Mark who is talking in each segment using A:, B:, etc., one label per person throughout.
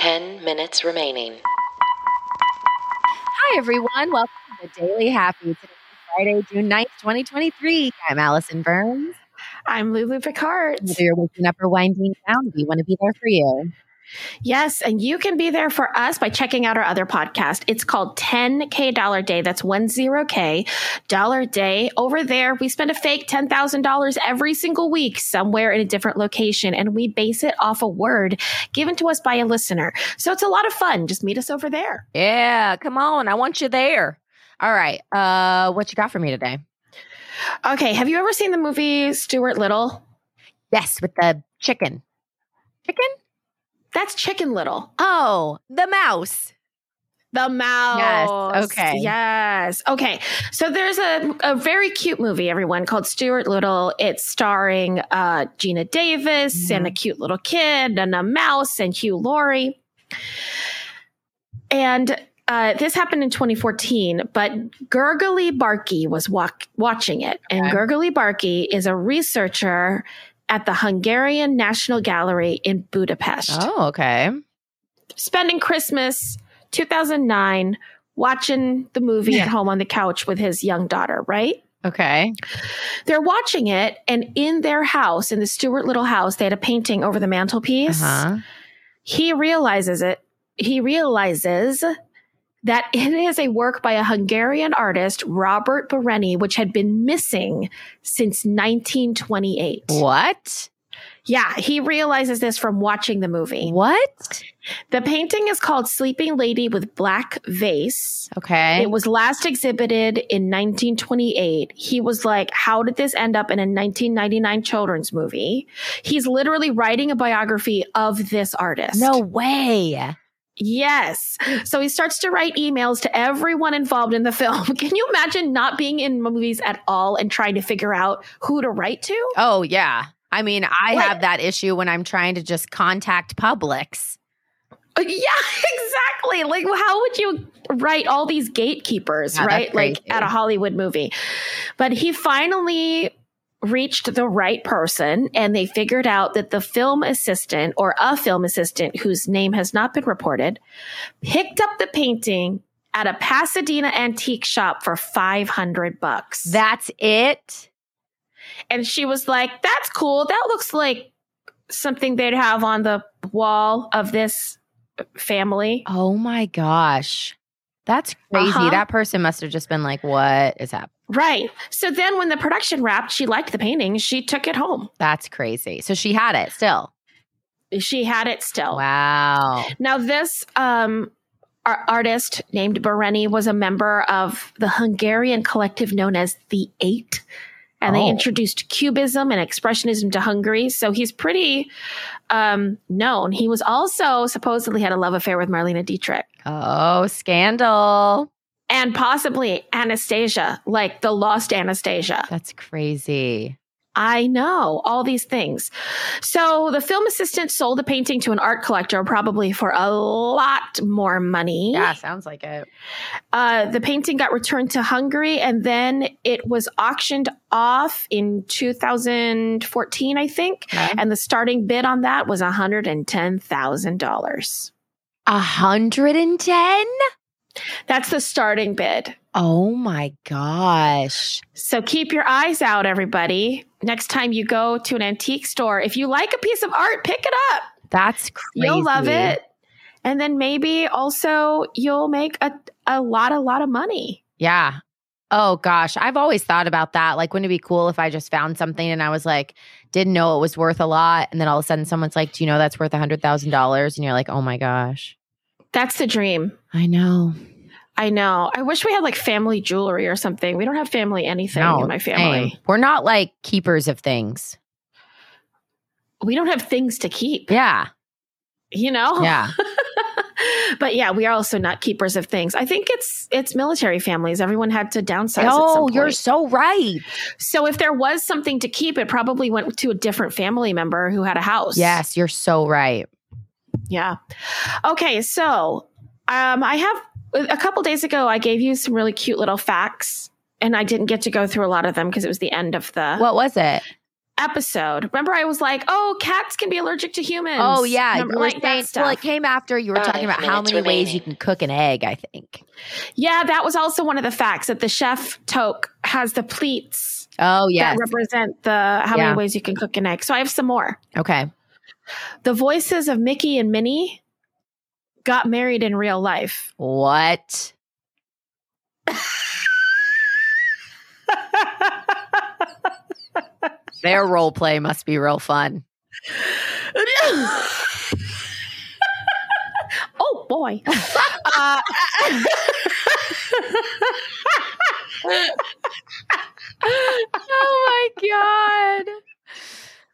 A: 10 minutes remaining.
B: Hi, everyone. Welcome to the Daily Happy. Today is Friday, June 9th, 2023. I'm Allison Burns.
C: I'm Lulu Picard.
B: Whether you're waking up or winding down, we want to be there for you.
C: Yes, and you can be there for us by checking out our other podcast. It's called 10K Dollar Day. That's 10K Dollar Day. Over there, we spend a fake $10,000 every single week somewhere in a different location, and we base it off a word given to us by a listener. So it's a lot of fun. Just meet us over there.
B: Yeah, come on. I want you there. All right. Uh, what you got for me today?
C: Okay, have you ever seen the movie Stuart Little?
B: Yes, with the chicken. Chicken?
C: That's Chicken Little.
B: Oh, the mouse.
C: The Mouse.
B: Yes, okay.
C: Yes. Okay. So there's a, a very cute movie, everyone, called Stuart Little. It's starring uh, Gina Davis
B: Mhm.
C: and a cute little kid and a mouse and Hugh Laurie. And uh, this happened in 2014, but Gurgly Barky was walk- watching it. And
B: Okay.
C: Gurgly Barky is a researcher at the Hungarian National Gallery in Budapest
B: Oh, okay.
C: spending Christmas 2009 watching the movie at home on the couch with his young daughter, right?
B: Okay.
C: They're watching it, and in their house, in the Stewart Little house, they had a painting over the mantelpiece.
B: Uh-huh.
C: He realizes it. He realizes that it is a work by a Hungarian artist, Robert Bereni, which had been missing since 1928.
B: What?
C: Yeah, he realizes this from watching the movie.
B: What?
C: The painting is called Sleeping Lady with Black Vase.
B: Okay.
C: It was last exhibited in 1928. He was like, How did this end up in a 1999 children's movie? He's literally writing a biography of this artist.
B: No way.
C: Yes. So he starts to write emails to everyone involved in the film. Can you imagine not being in movies at all and trying to figure out who to write to?
B: Oh, yeah. I mean, I
C: Like-
B: have that issue when I'm trying to just contact Publix.
C: Uh, Yeah, exactly. Like, how would you write all these gatekeepers,
B: Yeah, that's
C: right? Like
B: crazy.
C: at a Hollywood movie. But he finally reached the right person and they figured out that the film assistant or a film assistant whose name has not been reported picked up the painting at a Pasadena antique shop for 500 bucks.
B: That's it.
C: and she was like, "That's cool. That looks like something they'd have on the wall of this family."
B: Oh my gosh. That's crazy.
C: Uh-huh.
B: That person must have just been like, what is happening?
C: Right. So then when the production wrapped, she liked the painting. She took it home.
B: That's crazy. So she had it still.
C: She had it
B: Oh.
C: still.
B: Wow.
C: Now, this um, ar- artist named Bereni was a member of the Hungarian collective known as the Eight. And
B: Oh.
C: they introduced Cubism and Expressionism to Hungary. So he's pretty um, known. He was also supposedly had a love affair with Marlena Dietrich.
B: Oh, scandal.
C: And possibly Anastasia, like the lost Anastasia.
B: That's crazy.
C: I know all these things. So the film assistant sold the painting to an art collector, probably for a lot more money.
B: Yeah, sounds like it.
C: Uh, the painting got returned to Hungary and then it was auctioned off in 2014, I think.
B: Okay.
C: And the starting bid on that was $110,000.
B: A hundred and ten?
C: That's the starting bid.
B: Oh my gosh.
C: So keep your eyes out, everybody. Next time you go to an antique store, if you like a piece of art, pick it up.
B: That's crazy.
C: You'll love it. And then maybe also you'll make a, a lot, a lot of money.
B: Yeah. Oh gosh, I've always thought about that. Like, wouldn't it be cool if I just found something and I was like, didn't know it was worth a lot, and then all of a sudden someone's like, "Do you know that's worth a hundred thousand dollars?" And you're like, "Oh my gosh,
C: That's the dream.
B: I know."
C: I know. I wish we had like family jewelry or something. We don't have family anything
B: No,
C: in my family.
B: Same. We're not like keepers of things.
C: We don't have things to keep,
B: Yeah,
C: you know?
B: yeah.
C: but yeah, we are also not keepers of things. I think it's it's military families. Everyone had to downsize. at some
B: oh,
C: point.
B: you're so right.
C: so if there was something to keep, it probably went to a different family member who had a house.
B: Yes, you're so right.
C: Yeah. Okay. So um, I have a couple days ago, I gave you some really Uh, cute little facts, and I didn't get to go through a lot of them because it was the end of the
B: What was it?
C: episode. Remember, I was like, "Oh, cats can be allergic to humans."
B: Oh yeah,
C: Remember,
B: you were
C: like
B: saying.
C: that stuff. Uh,
B: Well, it came after you were
A: Five
B: talking about how
A: minutes
B: many ways
A: remaining.
B: you can cook an egg. I think.
C: yeah, that was also one of the facts that the chef Toke has the pleats
B: Oh yes.
C: that represent the how
B: Yeah.
C: many ways you can cook an egg. So I have some more.
B: okay.
C: The voices of Mickey and Minnie got married in real life.
B: What? Their role play must be real fun.
C: oh boy. Uh,
B: oh my god.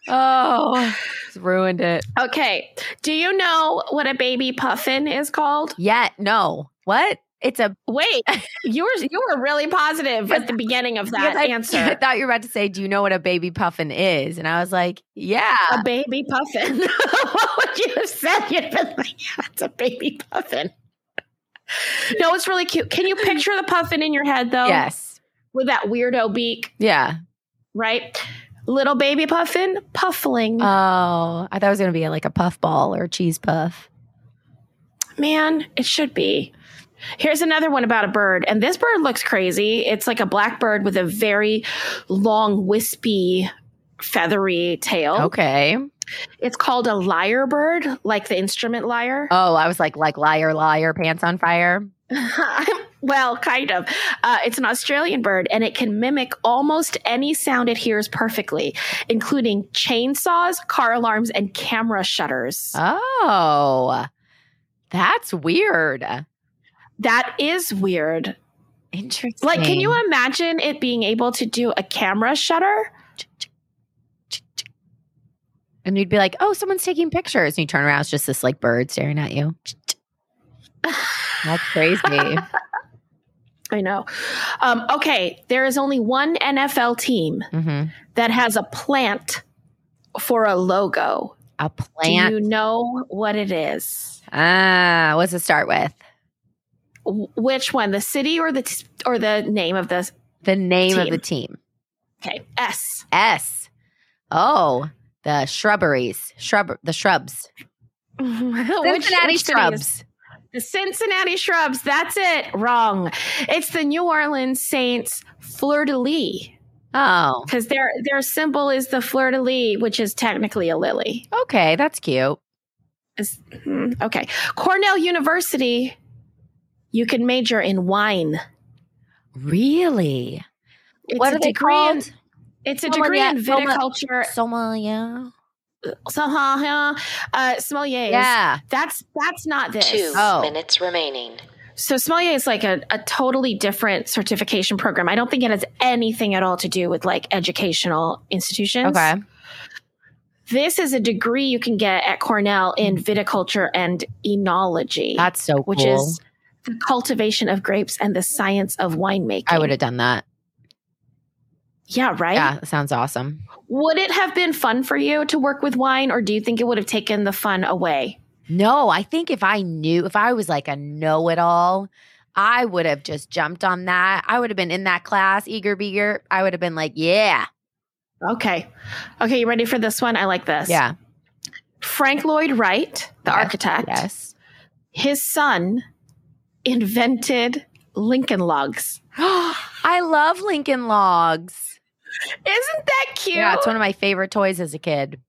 B: Oh, it's ruined it.
C: okay. Do you know what a baby puffin is called?
B: Yeah. No. What? It's a
C: Wait, you were you were really positive at the beginning of that
B: because I, I
C: answer.
B: thought you were about to say, "Do you know what a baby puffin is?" And I was like, "Yeah."
C: A baby puffin. what would you have said? You'd been like, yeah, it's a baby puffin. No, it's really cute. Can you picture the puffin in your head though?
B: Yes.
C: With that weirdo beak,
B: Yeah.
C: right? Little baby puffin, puffling.
B: Oh, I thought it was gonna be like a puff ball or a cheese puff.
C: Man, it should be. Here's another one about a bird, and this bird looks crazy. It's like a black bird with a very long, wispy, feathery tail.
B: Okay.
C: It's called a lyre bird, like the instrument lyre.
B: Oh, I was like, like liar, liar, pants on fire.
C: well, kind of. Uh, it's an Australian bird, and it can mimic almost any sound it hears perfectly, including chainsaws, car alarms, and camera shutters.
B: Oh, that's weird.
C: that is weird.
B: Interesting.
C: Like, can you imagine it being able to do a camera shutter?
B: And you'd be like, oh, someone's taking pictures. And you turn around, it's just this like bird staring at you. That's crazy.
C: I know. Um, okay, there is only one NFL team
B: hmm
C: that has a plant for a logo.
B: A plant.
C: Do you know what it is?
B: ah, what's it start with?
C: W- Which one, the city or the t- or the name of this?
B: The name of
C: Team.
B: the team.
C: Okay, S.
B: S. Oh, the shrubberies. Shrub. The shrubs.
C: Which-
B: Cincinnati
C: which city
B: shrubs.
C: is- The Cincinnati Shrubs. That's it. Wrong. It's the New Orleans Saints fleur de lis
B: Oh,
C: because their their symbol is the fleur de lis, which is technically a lily.
B: okay. That's cute.
C: Is- hmm, okay. Cornell University, you can major in wine.
B: Really?
C: It's
B: what
C: a
B: are they
C: degree in-
B: called?
C: it's a
B: Someone
C: degree in
B: yet- someone-
C: viticulture.
B: Somalia.
C: So, uh, uh, sommeliers.
B: Yeah.
C: That's that's not this.
A: Two
B: Oh.
A: minutes remaining.
C: So sommelier is like a, a totally different certification program. I don't think it has anything at all to do with like educational institutions.
B: Okay.
C: This is a degree you can get at Cornell in viticulture and enology,
B: That's so cool.
C: which is the cultivation of grapes and the science of winemaking.
B: I would have done that.
C: Yeah, right?
B: Yeah, that sounds awesome.
C: Would it have been fun for you to work with wine or do you think it would have taken the fun away?
B: No, I think if I knew, if I was like a know it all, I would have just jumped on that. I would have been in that class, eager beager. I would have been like, yeah,
C: Okay. Okay, you ready for this one? I like this.
B: yeah,
C: Frank Lloyd Wright, the
B: Yes,
C: architect.
B: yes.
C: his son invented Lincoln Logs.
B: I love Lincoln Logs.
C: Isn't that cute?
B: Yeah, it's one of my favorite toys as a kid.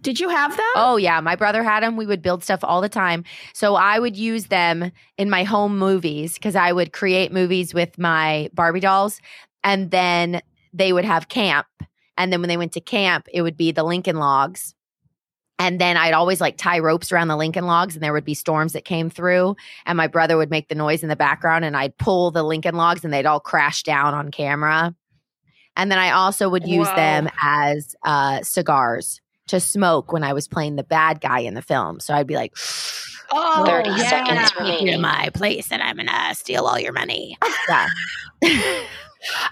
C: Did you have them?
B: Oh yeah, my brother had them. We would build stuff all the time. So I would use them in my home movies because I would create movies with my Barbie dolls, and then they would have camp. And then when they went to camp, it would be the Lincoln Logs. And then I'd always like tie ropes around the Lincoln Logs, and there would be storms that came through, and my brother would make the noise in the background, and I'd pull the Lincoln Logs, and they'd all crash down on camera. And then I also would use
A: Whoa.
B: them as uh, cigars to smoke when I was playing the bad guy in the film. So I'd be like,
C: Oh,
A: 30
C: yeah.
A: seconds
B: take you to
A: remaining.
B: my place, and I'm gonna steal all your money." Yeah.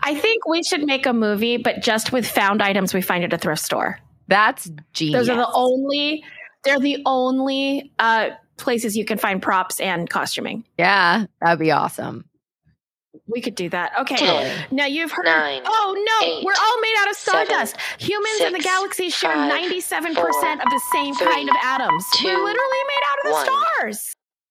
C: I think we should make a movie, but just with found items we find at a thrift store.
B: That's genius.
C: Those are the only. They're the only uh, places you can find props and costuming.
B: yeah, that'd be awesome.
C: We could do that. Okay.
A: Ten,
C: Now you've heard.
A: nine,
C: oh no,
A: eight,
C: we we're all made out of
A: seven,
C: stardust. Humans and the
A: six,
C: galaxy share
A: five,
C: ninety-seven
A: four,
C: percent of the same
A: three,
C: kind of atoms.
A: two,
C: we're literally made out of the
A: one.
C: stars.